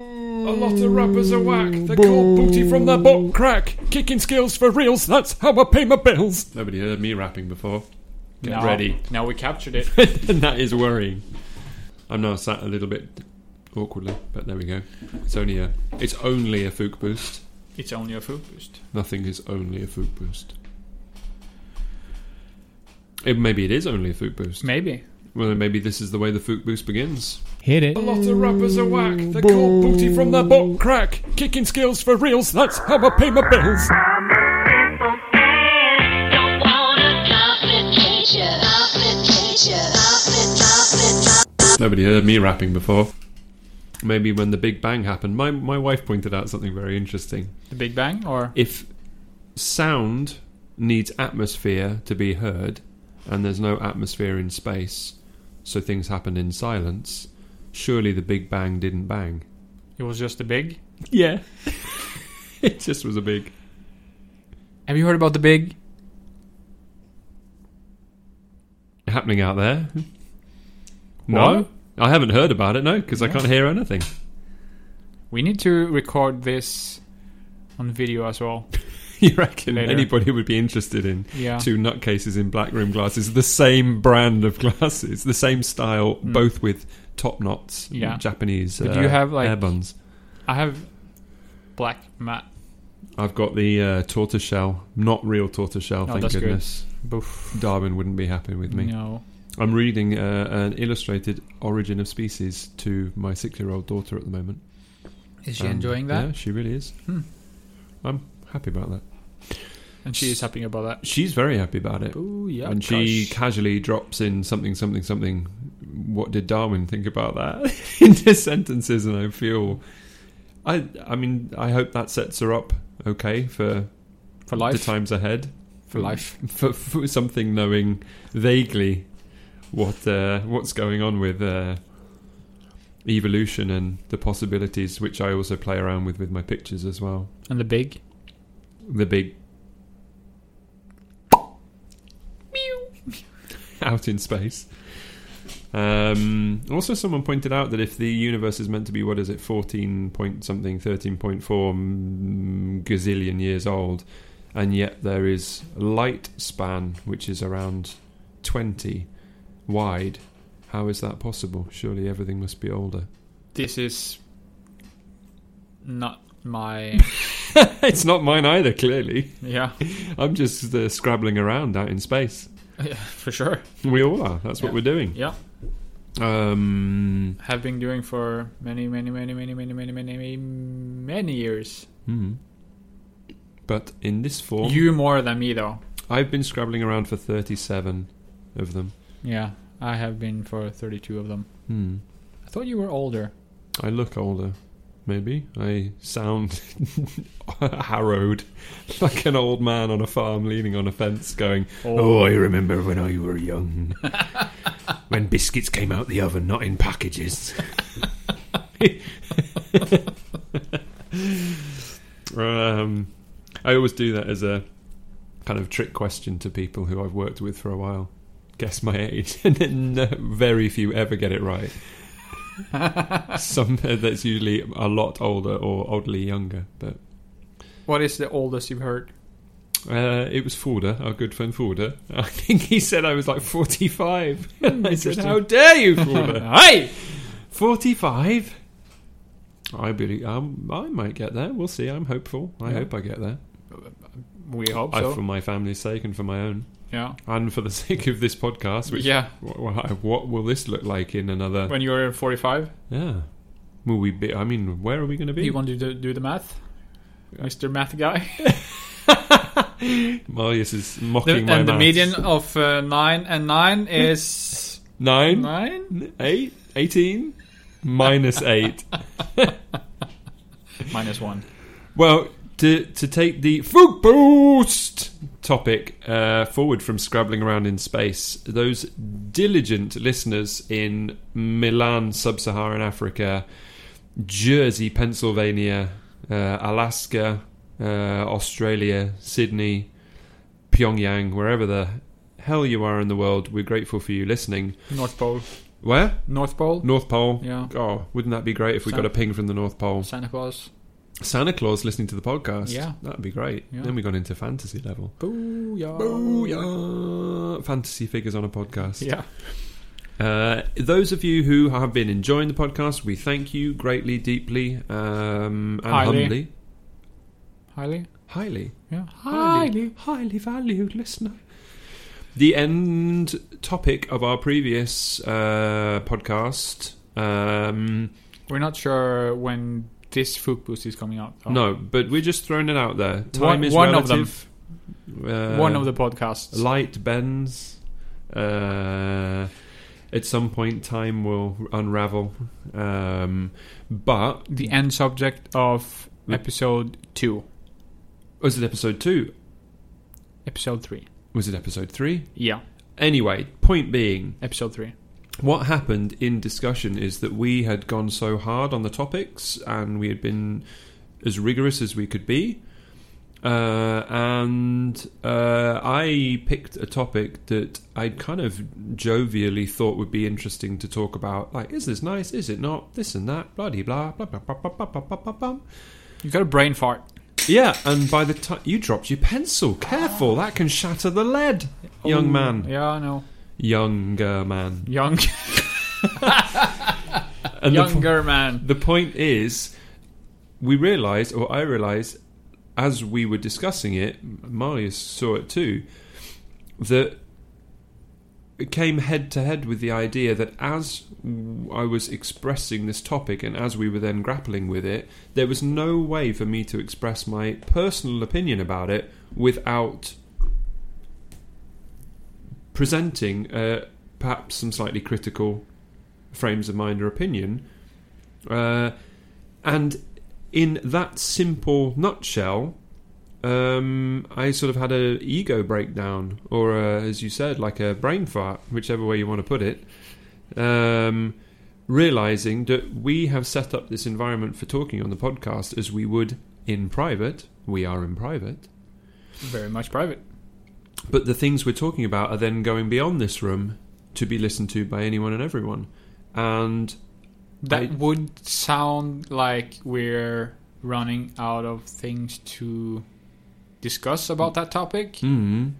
A lot of rappers are whack. They call booty from their butt crack. Kicking skills for reals. That's how I pay my bills. Nobody heard me rapping before. Get Now- ready. Now we captured it. and that is worrying. I'm now sat a little bit awkwardly, but there we go. It's only a it's only a fook boost. It's only a food boost. Nothing is only a fook boost. It, maybe it is only a fook boost. Maybe. Well, then maybe this is the way the fook boost begins. Hit it. A lot of rappers are whack. They call booty from their butt crack. Kicking skills for reals. That's how I pay my bills. Don't wanna complicate ya, complicate ya, complicate, complicate. Nobody heard me rapping before. Maybe when the Big Bang happened, my, my wife pointed out something very interesting. The Big Bang or If sound needs atmosphere to be heard, and there's no atmosphere in space, so things happen in silence, surely the Big Bang didn't bang. it was just the big? Yeah. it just was a big. Have you heard about the big? Happening out there? No? What? I haven't heard about it, no, because I can't hear anything. We need to record this on video as well. You reckon Later. anybody would be interested in Yeah. two nutcases in black rim glasses, the same brand of glasses, the same style, both with top knots, Hmm. Yeah. Japanese But uh, do you have, like- hair buns. I have black mat. I've got the uh, tortoiseshell, not real tortoiseshell, Oh, thank that's good. goodness. Boof. Darwin wouldn't be happy with me. No. I'm reading uh, an illustrated Origin of Species to my six year old daughter at the moment. Is she Um, enjoying that? Hmm. Yeah, she really is. I'm happy about that. And she is happy about that. She's very happy about it. Oh yeah. and she casually drops in something, something, something. What did Darwin think about that? into sentences, and I feel, I, I mean, I hope that sets her up okay for the for life. times ahead, For life. for, for something knowing vaguely what uh, what's going on with uh, evolution and the possibilities, which I also play around with with my pictures as well. And the big. The big. out in space. Um, also, someone pointed out that if the universe is meant to be, what is it, 14 point something, 13.4 mm, gazillion years old, and yet there is light span, which is around 20 wide, how is that possible? Surely everything must be older. This is not my it's not mine either, clearly. Yeah. I'm just uh, scrabbling around out in space. For sure. We all are. That's what Yeah. we're doing. Yeah. Um, Have been doing for many, many, many, many, many, many, many, many, many years. hmm. But in this form, You more than me though. I've been scrabbling around for 37 of them. Yeah. I have been for thirty two of them. Hmm. I thought you were older. I look older, maybe. I sound harrowed, like an old man on a farm leaning on a fence going, Oh, I remember when I were young. when biscuits came out the oven, not in packages. um, I always do that as a kind of trick question to people who I've worked with for a while. Guess my age, and then no, very few ever get it right. Some that's usually a lot older or oddly younger, but What is the oldest you've heard? uh, it was Forder, our good friend Forder. I think he said I was like 45. I said, Interesting. How dare you, Forder? Hey! 45? I believe um, I might get there. We'll see. I'm hopeful. I Yeah. hope I get there. We hope I, so. for my family's sake and for my own. yeah. And for the sake of this podcast, which. yeah. wh- wh- What will this look like in another? When you're 45, yeah, will we be? I mean, where are we going to be? you want to do, do the math? Mr. Math Guy? Marius is The- mocking and my the maths. median of uh, 9 and 9 is nine, 9? eight, 18, minus eight. Minus 1. Well, to to take the food boost topic uh, forward from scrabbling around in space, those diligent listeners in Milan, sub-Saharan Africa, Jersey, Pennsylvania, uh, Alaska, uh, Australia, Sydney, Pyongyang, wherever the hell you are in the world, we're grateful for you listening. North Pole. Where? North Pole, North Pole. Yeah. Oh, wouldn't that be great if we San- got a ping from the North Pole? Santa Claus. Santa Claus listening to the podcast. Yeah. That'd be great. Yeah. Then we got into fantasy level. Booyah. Booyah! Fantasy figures on a podcast. Yeah. Uh, those of you who have been enjoying the podcast, we thank you greatly, deeply, um, and Highly. humbly. Highly. Highly. Yeah. Highly valued listener. The end topic of our previous uh, podcast. Um, We're not sure when this food boost is coming out. though. No, but we're just throwing it out there. Time Oh. One- is one of them. relative. Uh, One of the podcasts. light bends. Uh, at some point, time will unravel. Um, but the end subject of episode two, was it episode two? episode three. Was it episode three? Yeah, Anyway, point being, episode three. what happened in discussion is that we had gone so hard on the topics and we had been as rigorous as we could be. Uh, and uh, I picked a topic that I kind of jovially thought would be interesting to talk about. Like, is this nice? Is it not? This and that. Bloody blah blah blah blah blah blah blah blah. blah, blah. You got a brain fart. Yeah. And by the time you dropped your pencil, careful, that can shatter the lead, young Oh, man, Yeah, I know. younger man. Young, And the younger man. The point is, we realised, or I realised, as we were discussing it, Marius saw it too, that it came head to head with the idea that as I was expressing this topic and as we were then grappling with it, there was no way for me to express my personal opinion about it without presenting uh, perhaps some slightly critical frames of mind or opinion. Uh, and in that simple nutshell, um, I sort of had a ego breakdown, or uh as you said, like a brain fart, whichever way you want to put it. Um, realizing that we have set up this environment for talking on the podcast as we would in private. We are in private. Very much private. But the things we're talking about are then going beyond this room to be listened to by anyone and everyone. And That I- would sound like we're running out of things to discuss about that topic. mm,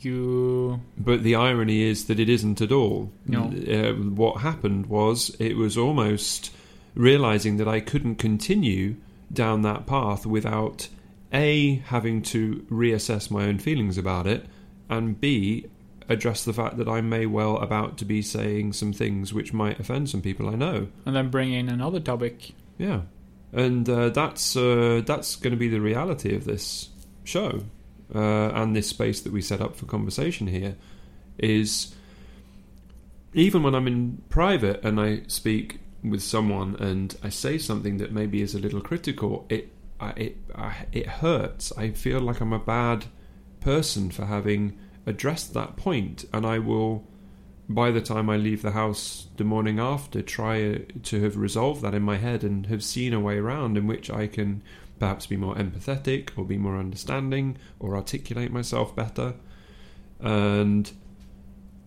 You But the irony is that it isn't at all. No. Uh, what happened was it was almost realizing that I couldn't continue down that path without A, having to reassess my own feelings about it, and B, address the fact that I may well about to be saying some things which might offend some people I know. and then bring in another topic. Yeah, and uh, that's uh, that's going to be the reality of this show uh, and this space that we set up for conversation here is even when I'm in private and I speak with someone and I say something that maybe is a little critical, it I, it I, it hurts. I feel like I'm a bad person for having addressed that point, and I will. By the time I leave the house the morning after, try to have resolved that in my head and have seen a way around in which I can perhaps be more empathetic or be more understanding or articulate myself better. And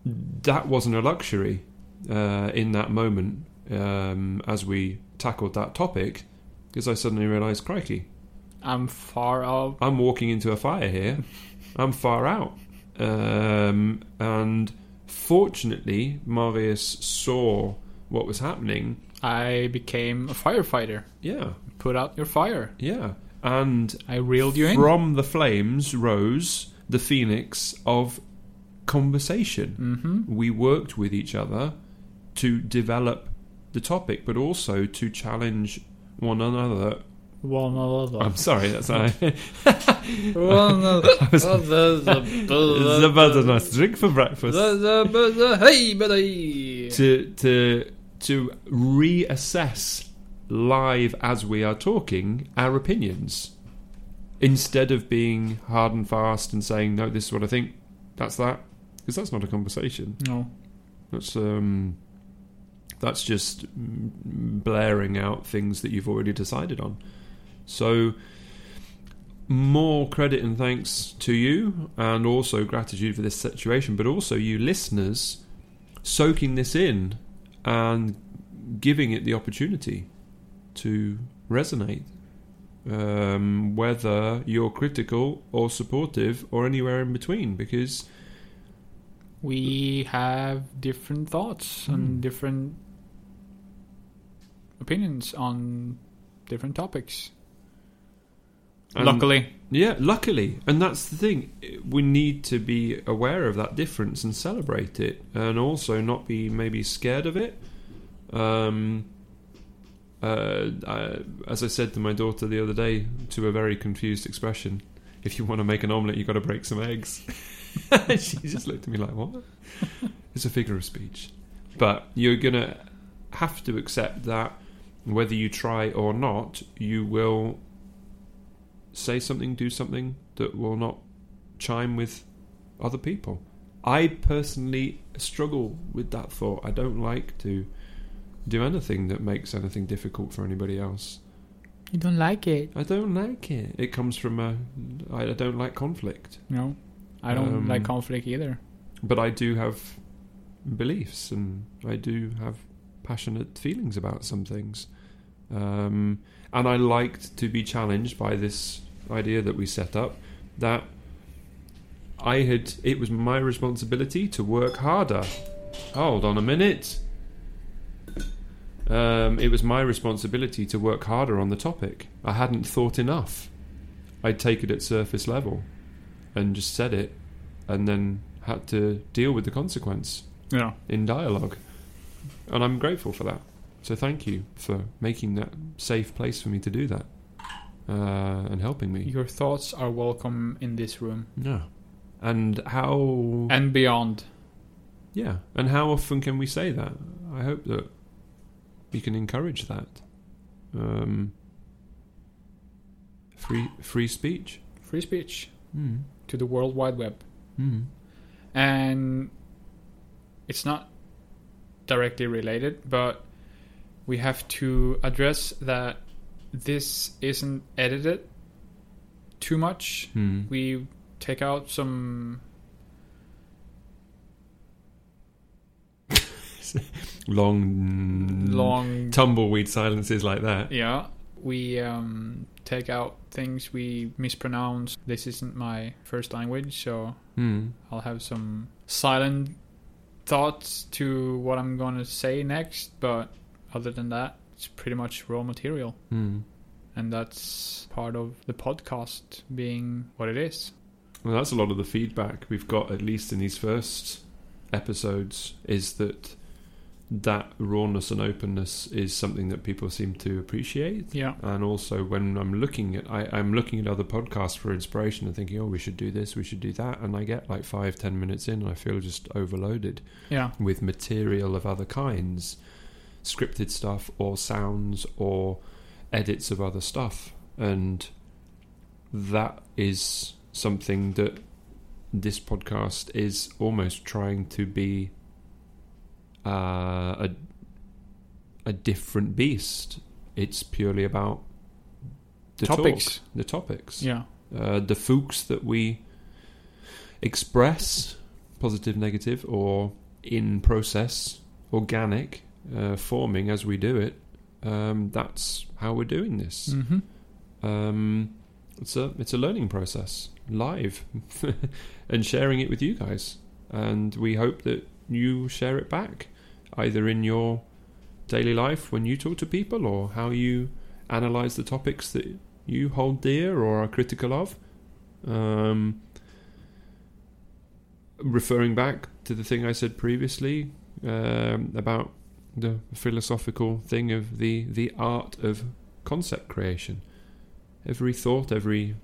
that wasn't a luxury uh, in that moment um, as we tackled that topic because I suddenly realised, crikey, I'm far out. I'm walking into a fire here. I'm far out. Um, and fortunately, Marius saw what was happening. I became a firefighter. Yeah, Put out your fire. yeah. And I reeled you in. From the flames rose the phoenix of conversation. Mm-hmm. We worked with each other to develop the topic, but also to challenge one another. One other. I'm sorry, that's I. One other. the butternut drink for breakfast. Hey, buddy. To to to reassess live as we are talking our opinions instead of being hard and fast and saying no, this is what I think, that's that, because that's not a conversation. No. That's um, that's just mm, blaring out things that you've already decided on. So, more credit and thanks to you, and also gratitude for this situation, but also you listeners soaking this in and giving it the opportunity to resonate. Um, whether you're critical or supportive or anywhere in between, because we have different thoughts and different opinions on different topics. and- Luckily, Yeah, luckily, and that's the thing. We need to be aware of that difference and celebrate it, and also not be maybe scared of it. Um, uh, I, as I said to my daughter the other day, to a very confused expression, if you want to make an omelette, you've got to break some eggs. she just looked at me like, what? It's a figure of speech. But you're going to have to accept that whether you try or not, you will say something, do something that will not chime with other people. I personally struggle with that thought. I don't like to do anything that makes anything difficult for anybody else. you don't like it. I don't like it. It comes from a I I don't like conflict, No, I don't Um, like conflict either. but I do have beliefs and I do have passionate feelings about some things. Um, and I liked to be challenged by this idea that we set up that I had it was my responsibility to work harder. Hold on a minute. Um, it was my responsibility to work harder on the topic. I hadn't thought enough. I'd taken it at surface level and just said it and then had to deal with the consequence No, in dialogue. And I'm grateful for that. So thank you for making that safe place for me to do that uh, and helping me. your thoughts are welcome in this room No. And how. and beyond. yeah. And how often can we say that? I hope that we can encourage that. Um, free free speech. Free speech Mm. to the World Wide Web. Mm. and it's not directly related, but we have to address that this isn't edited too much. Mm. We take out some Long, long, tumbleweed silences like that. yeah. We um, take out things we mispronounce. This isn't my first language, so Mm. I'll have some silent thoughts to what I'm gonna say next, but other than that, it's pretty much raw material. Mm. And that's part of the podcast being what it is. Well, that's a lot of the feedback we've got, at least in these first episodes, is that that rawness and openness is something that people seem to appreciate. Yeah. And also, when I'm looking at, I, I'm looking at other podcasts for inspiration and thinking, oh, we should do this, we should do that, and I get like five, ten minutes in, and I feel just overloaded Yeah. with material of other kinds, scripted stuff or sounds or edits of other stuff. And that is something that this podcast is almost trying to be uh, a, a different beast. It's purely about the Topics. talk, the topics Yeah. uh, the fuchs that we express, positive, negative, or in process, organic, uh, forming as we do it. Um, that's how we're doing this. Mm-hmm. Um, it's a it's a learning process live, and sharing it with you guys. And we hope that you share it back, either in your daily life when you talk to people, or how you analyze the topics that you hold dear or are critical of. Um, referring back to the thing I said previously um, about the philosophical thing of the the art of concept creation every thought, every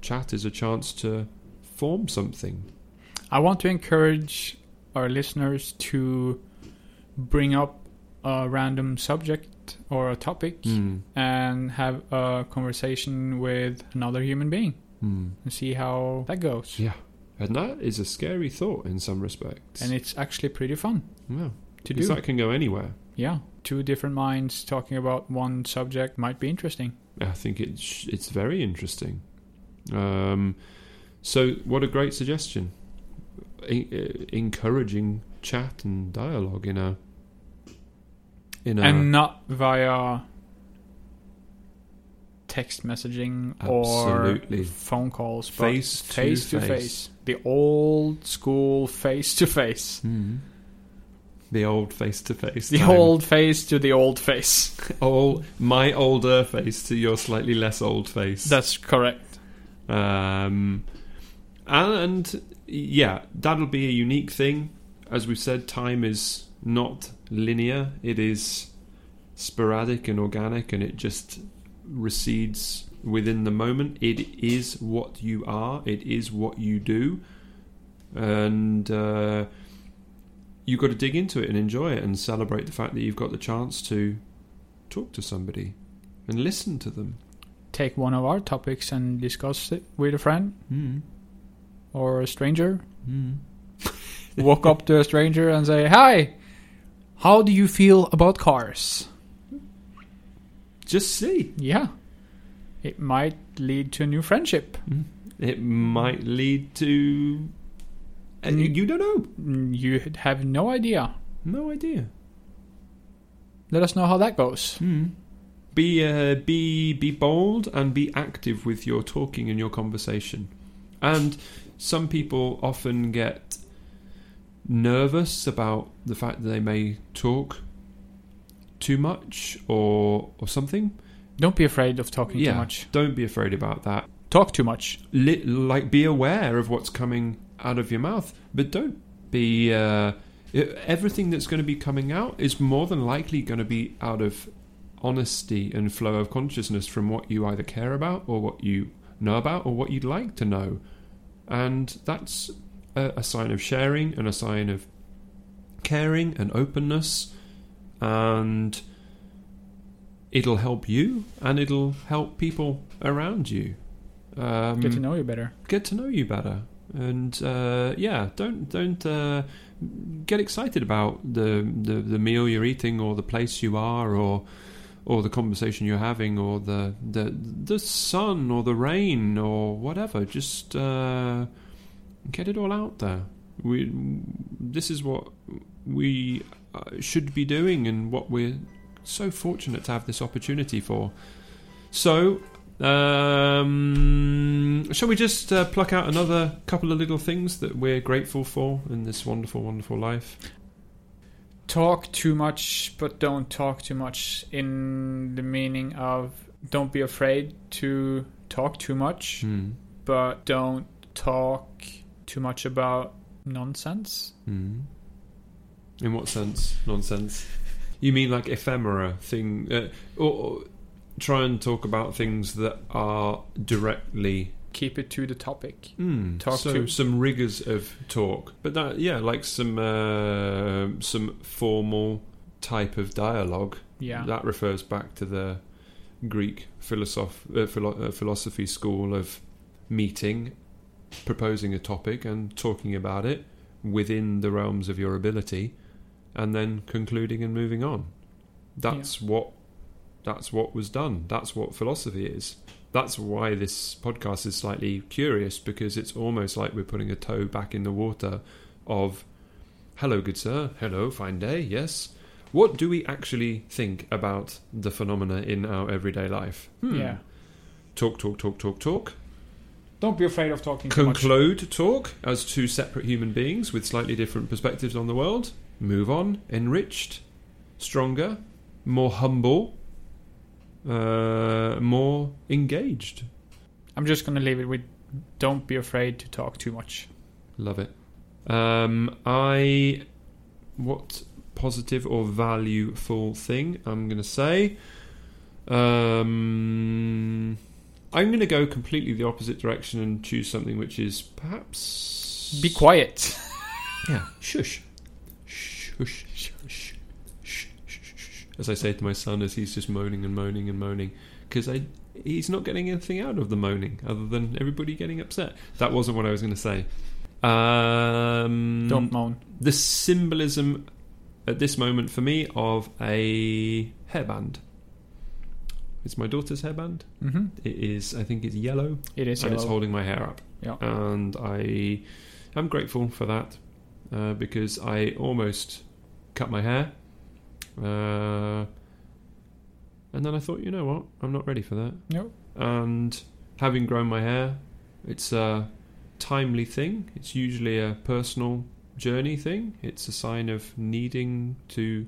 chat is a chance to form something. I want to encourage our listeners to bring up a random subject or a topic Mm. and have a conversation with another human being and see how that goes. Yeah. And that is a scary thought in some respects. And it's actually pretty fun yeah. to do. Because that can go anywhere. Yeah, two different minds talking about one subject might be interesting. I think it's it's very interesting. Um, so what a great suggestion! E- uh, encouraging chat and dialogue in a in a and not via text messaging Absolutely. or phone calls, but Face to face to face. face. The old school face to face. Mm. the old face to face. The old face to the old face. old my older face to your slightly less old face. That's correct. Um, and yeah, that'll be a unique thing. As we've said, time is not linear, it is sporadic and organic, and it just recedes within the moment. It is what you are, it is what you do. And uh, you've got to dig into it and enjoy it and celebrate the fact that you've got the chance to talk to somebody and listen to them. Take one of our topics and discuss it with a friend Mm. or a stranger. Mm. Walk up to a stranger and say, "Hi, how do you feel about cars?" Just see. Yeah. It might lead to a new friendship. It might lead to. And you, you don't know. Mm, You have no idea. No idea. Let us know how that goes. Hmm. Be uh, be be bold and be active with your talking and your conversation. And some people often get nervous about the fact that they may talk too much or or something. Don't be afraid of talking yeah, too much. don't be afraid about that. Talk too much. li- like be aware of what's coming out of your mouth, but don't be uh, e- everything that's going to be coming out is more than likely going to be out of honesty and flow of consciousness from what you either care about or what you know about or what you'd like to know, and that's a, a sign of sharing and a sign of caring and openness and it'll help you and it'll help people around you um, Get to know you better. get to know you better and uh, yeah don't don't uh, get excited about the, the the meal you're eating or the place you are or or the conversation you're having or the the the sun or the rain or whatever just uh, get it all out there we this is what we uh, should be doing and what we're so fortunate to have this opportunity for so um, shall we just uh, pluck out another couple of little things that we're grateful for in this wonderful, wonderful life? Talk too much, but don't talk too much in the meaning of don't be afraid to talk too much, Hmm. but don't talk too much about nonsense. Hmm. In what sense? Nonsense. You mean like ephemera thing, uh, or, or try and talk about things that are directly. Keep it to the topic. Hmm. Talk so to- some rigors of talk, but that yeah, like some uh, some formal type of dialogue. Yeah. That refers back to the Greek philosoph- uh, philo- uh, philosophy school of meeting, proposing a topic, and talking about it within the realms of your ability, and then concluding and moving on. That's what that's what was done. That's what philosophy is. That's why this podcast is slightly curious because it's almost like we're putting a toe back in the water of hello, good sir, hello, fine day, yes. What do we actually think about the phenomena in our everyday life? Hmm. Yeah. Talk, talk, talk, talk, talk. Don't be afraid of talking too much. Conclude talk as two separate human beings with slightly different perspectives on the world. Move on, enriched, stronger, more humble, uh, more engaged. I'm just going to leave it with don't be afraid to talk too much. Love it. Um, I. What positive or valueful thing I'm going to say? Um, I'm going to go completely the opposite direction and choose something which is perhaps. Be quiet. Yeah. Shush. Shush. Shush. Shush. Shush. Shush. As I say to my son as he's just moaning and moaning and moaning because I. He's not getting anything out of the moaning other than everybody getting upset. That wasn't what I was going to say. Um, Don't moan. the symbolism at this moment for me of a hairband. It's my daughter's hairband. hmm It is, I think it's yellow, It is and it's yellow. holding my hair up. Yeah. And I am grateful for that uh, because I almost cut my hair Uh, and then I thought, you know what? I'm not ready for that. No. And having grown my hair, it's a timely thing. It's usually a personal journey thing. It's a sign of needing to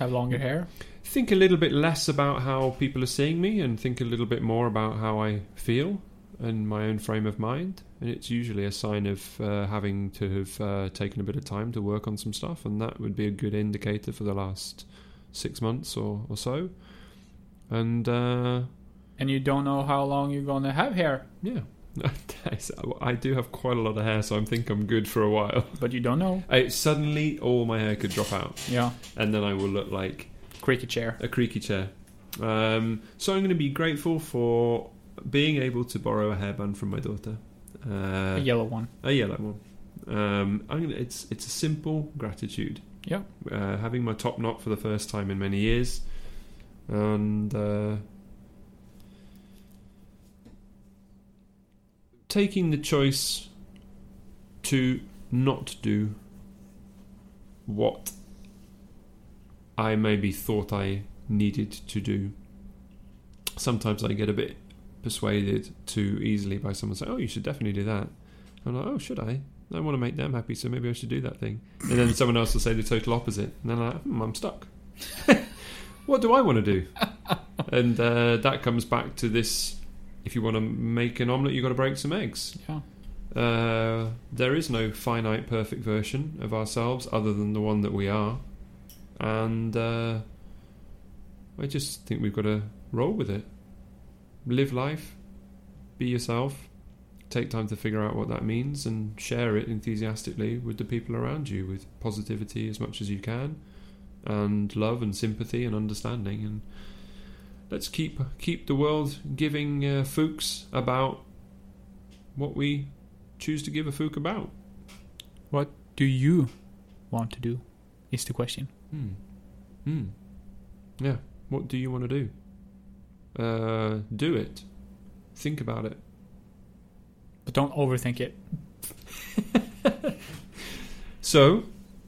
Have longer hair. think a little bit less about how people are seeing me and think a little bit more about how I feel and my own frame of mind. And it's usually a sign of uh, having to have uh, taken a bit of time to work on some stuff, and that would be a good indicator for the last six months or, or so. And uh, And you don't know how long you're gonna have hair, yeah, I do have quite a lot of hair, so I think I'm good for a while. but you don't know. I, suddenly, all my hair could drop out, Yeah. and then I will look like Creaky chair. a creaky chair. Um, so I'm going to be grateful for being able to borrow a hairband from my daughter. Uh, a yellow one. a yellow one. Um, I'm gonna, it's it's a simple gratitude. Yeah. Uh, having my top knot for the first time in many years, and uh, taking the choice to not do what I maybe thought I needed to do. Sometimes I get a bit persuaded too easily by someone saying, "Oh, you should definitely do that." I'm like, oh, should I? I want to make them happy, so maybe I should do that thing. And then someone else will say the total opposite, and then I'm like, hmm, I'm stuck. what do I want to do? and uh, that comes back to this: if you want to make an omelette, you've got to break some eggs. Yeah. Uh, there is no finite, perfect version of ourselves other than the one that we are, and uh, I just think we've got to roll with it. Live life, be yourself, take time to figure out what that means and share it enthusiastically with the people around you with positivity as much as you can and love and sympathy and understanding and let's keep keep the world giving uh, fooks about what we choose to give a fook about What do you want to do? Is the question. hmm hmm yeah what do you want to do uh do it think about it But don't overthink it. So,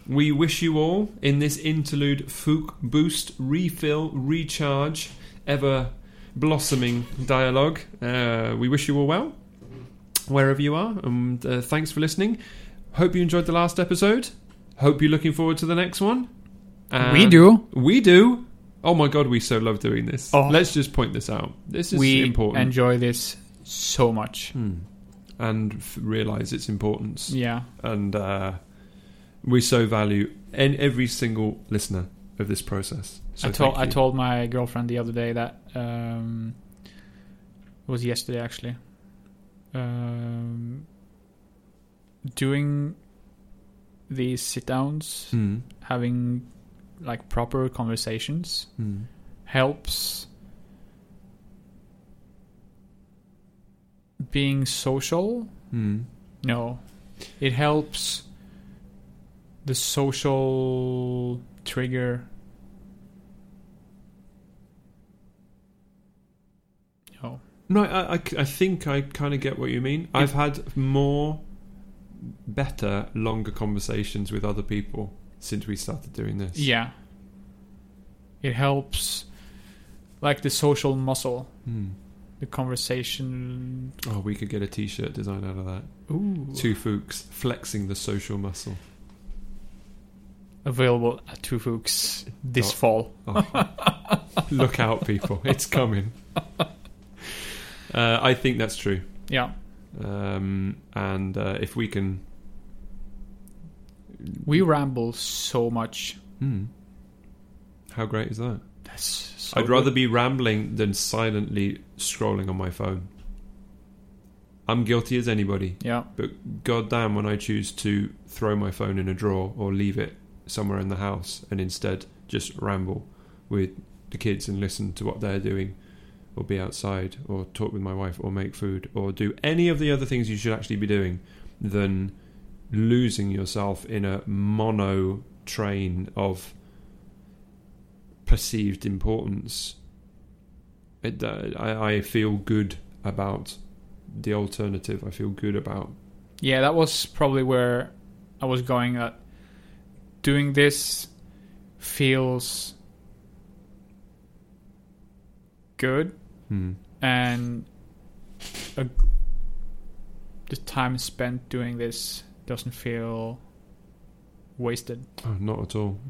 we wish you all in this interlude Fook Boost Refill Recharge Ever Blossoming Dialogue. Uh, we wish you all well, wherever you are, and uh, thanks for listening. Hope you enjoyed the last episode. Hope you're looking forward to the next one. And we do. We do. Oh my god, we so love doing this. Oh. Let's just point this out. This is we important. enjoy this so much. Hmm. And f- realize its importance Yeah. and uh, we so value and every single listener of this process. So I told thank I you. told my girlfriend the other day that um, it was yesterday actually. Um, doing these sit downs, Hmm, having like proper conversations hmm. helps being social. Hmm. No, it helps the social trigger. No. No, I, I, I think I kind of get what you mean. I've had more, better, longer conversations with other people since we started doing this. Yeah. It helps, like the social muscle, Hmm. the conversation. Oh, we could get a T-shirt design out of that. Ooh. Two Fooks flexing the social muscle. Available at Two Fooks this Dot. fall. Oh. Look out, people! It's coming. Uh, I think that's true. Yeah. um, and uh, if we can, We ramble so much. Hmm. how great is that? That's so I'd rather be rambling than silently scrolling on my phone. I'm guilty as anybody, good. Yeah. but goddamn, when I choose to throw my phone in a drawer or leave it somewhere in the house and instead just ramble with the kids and listen to what they're doing, or be outside, or talk with my wife, or make food, or do any of the other things you should actually be doing than losing yourself in a mono train of perceived importance. It, uh, I, I feel good about the alternative. I feel good about. Yeah, that was probably where I was going at. Doing this feels good Mm. and a, the time spent doing this doesn't feel wasted. Oh, not at all.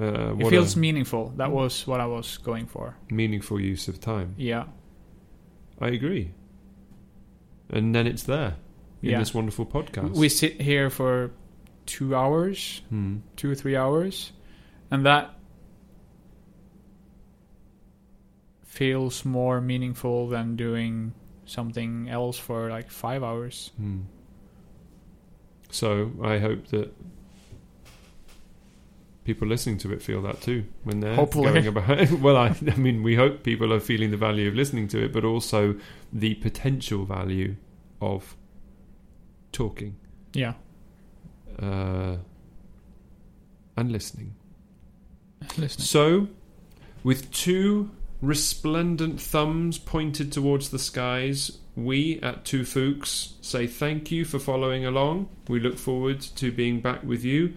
Uh, it what feels a meaningful. That was what I was going for. meaningful use of time. Yeah. I agree. And then it's there in Yeah. this wonderful podcast. We sit here for two hours, Hmm. two or three hours, and that feels more meaningful than doing something else for like five hours. Hmm. So I hope that people listening to it feel that too when they're Hopefully. going about it. Well, I, I mean, we hope people are feeling the value of listening to it, but also the potential value of talking Yeah. uh, and listening. Listening. So, with two resplendent thumbs pointed towards the skies, we at Two Fooks say thank you for following along. We look forward to being back with you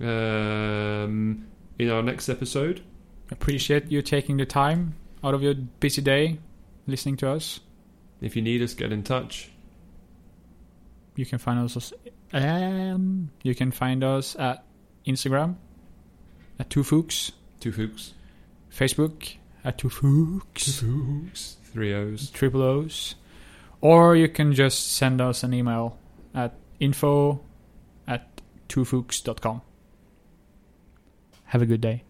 um, in our next episode. Appreciate you taking the time out of your busy day listening to us. If you need us, get in touch. You can find us um, you can find us at Instagram at two fooks, Two Fooks. Facebook at two fooks, Fooks. Three O's. triple O's, or you can just send us an email at info at twofooks.com. Have a good day.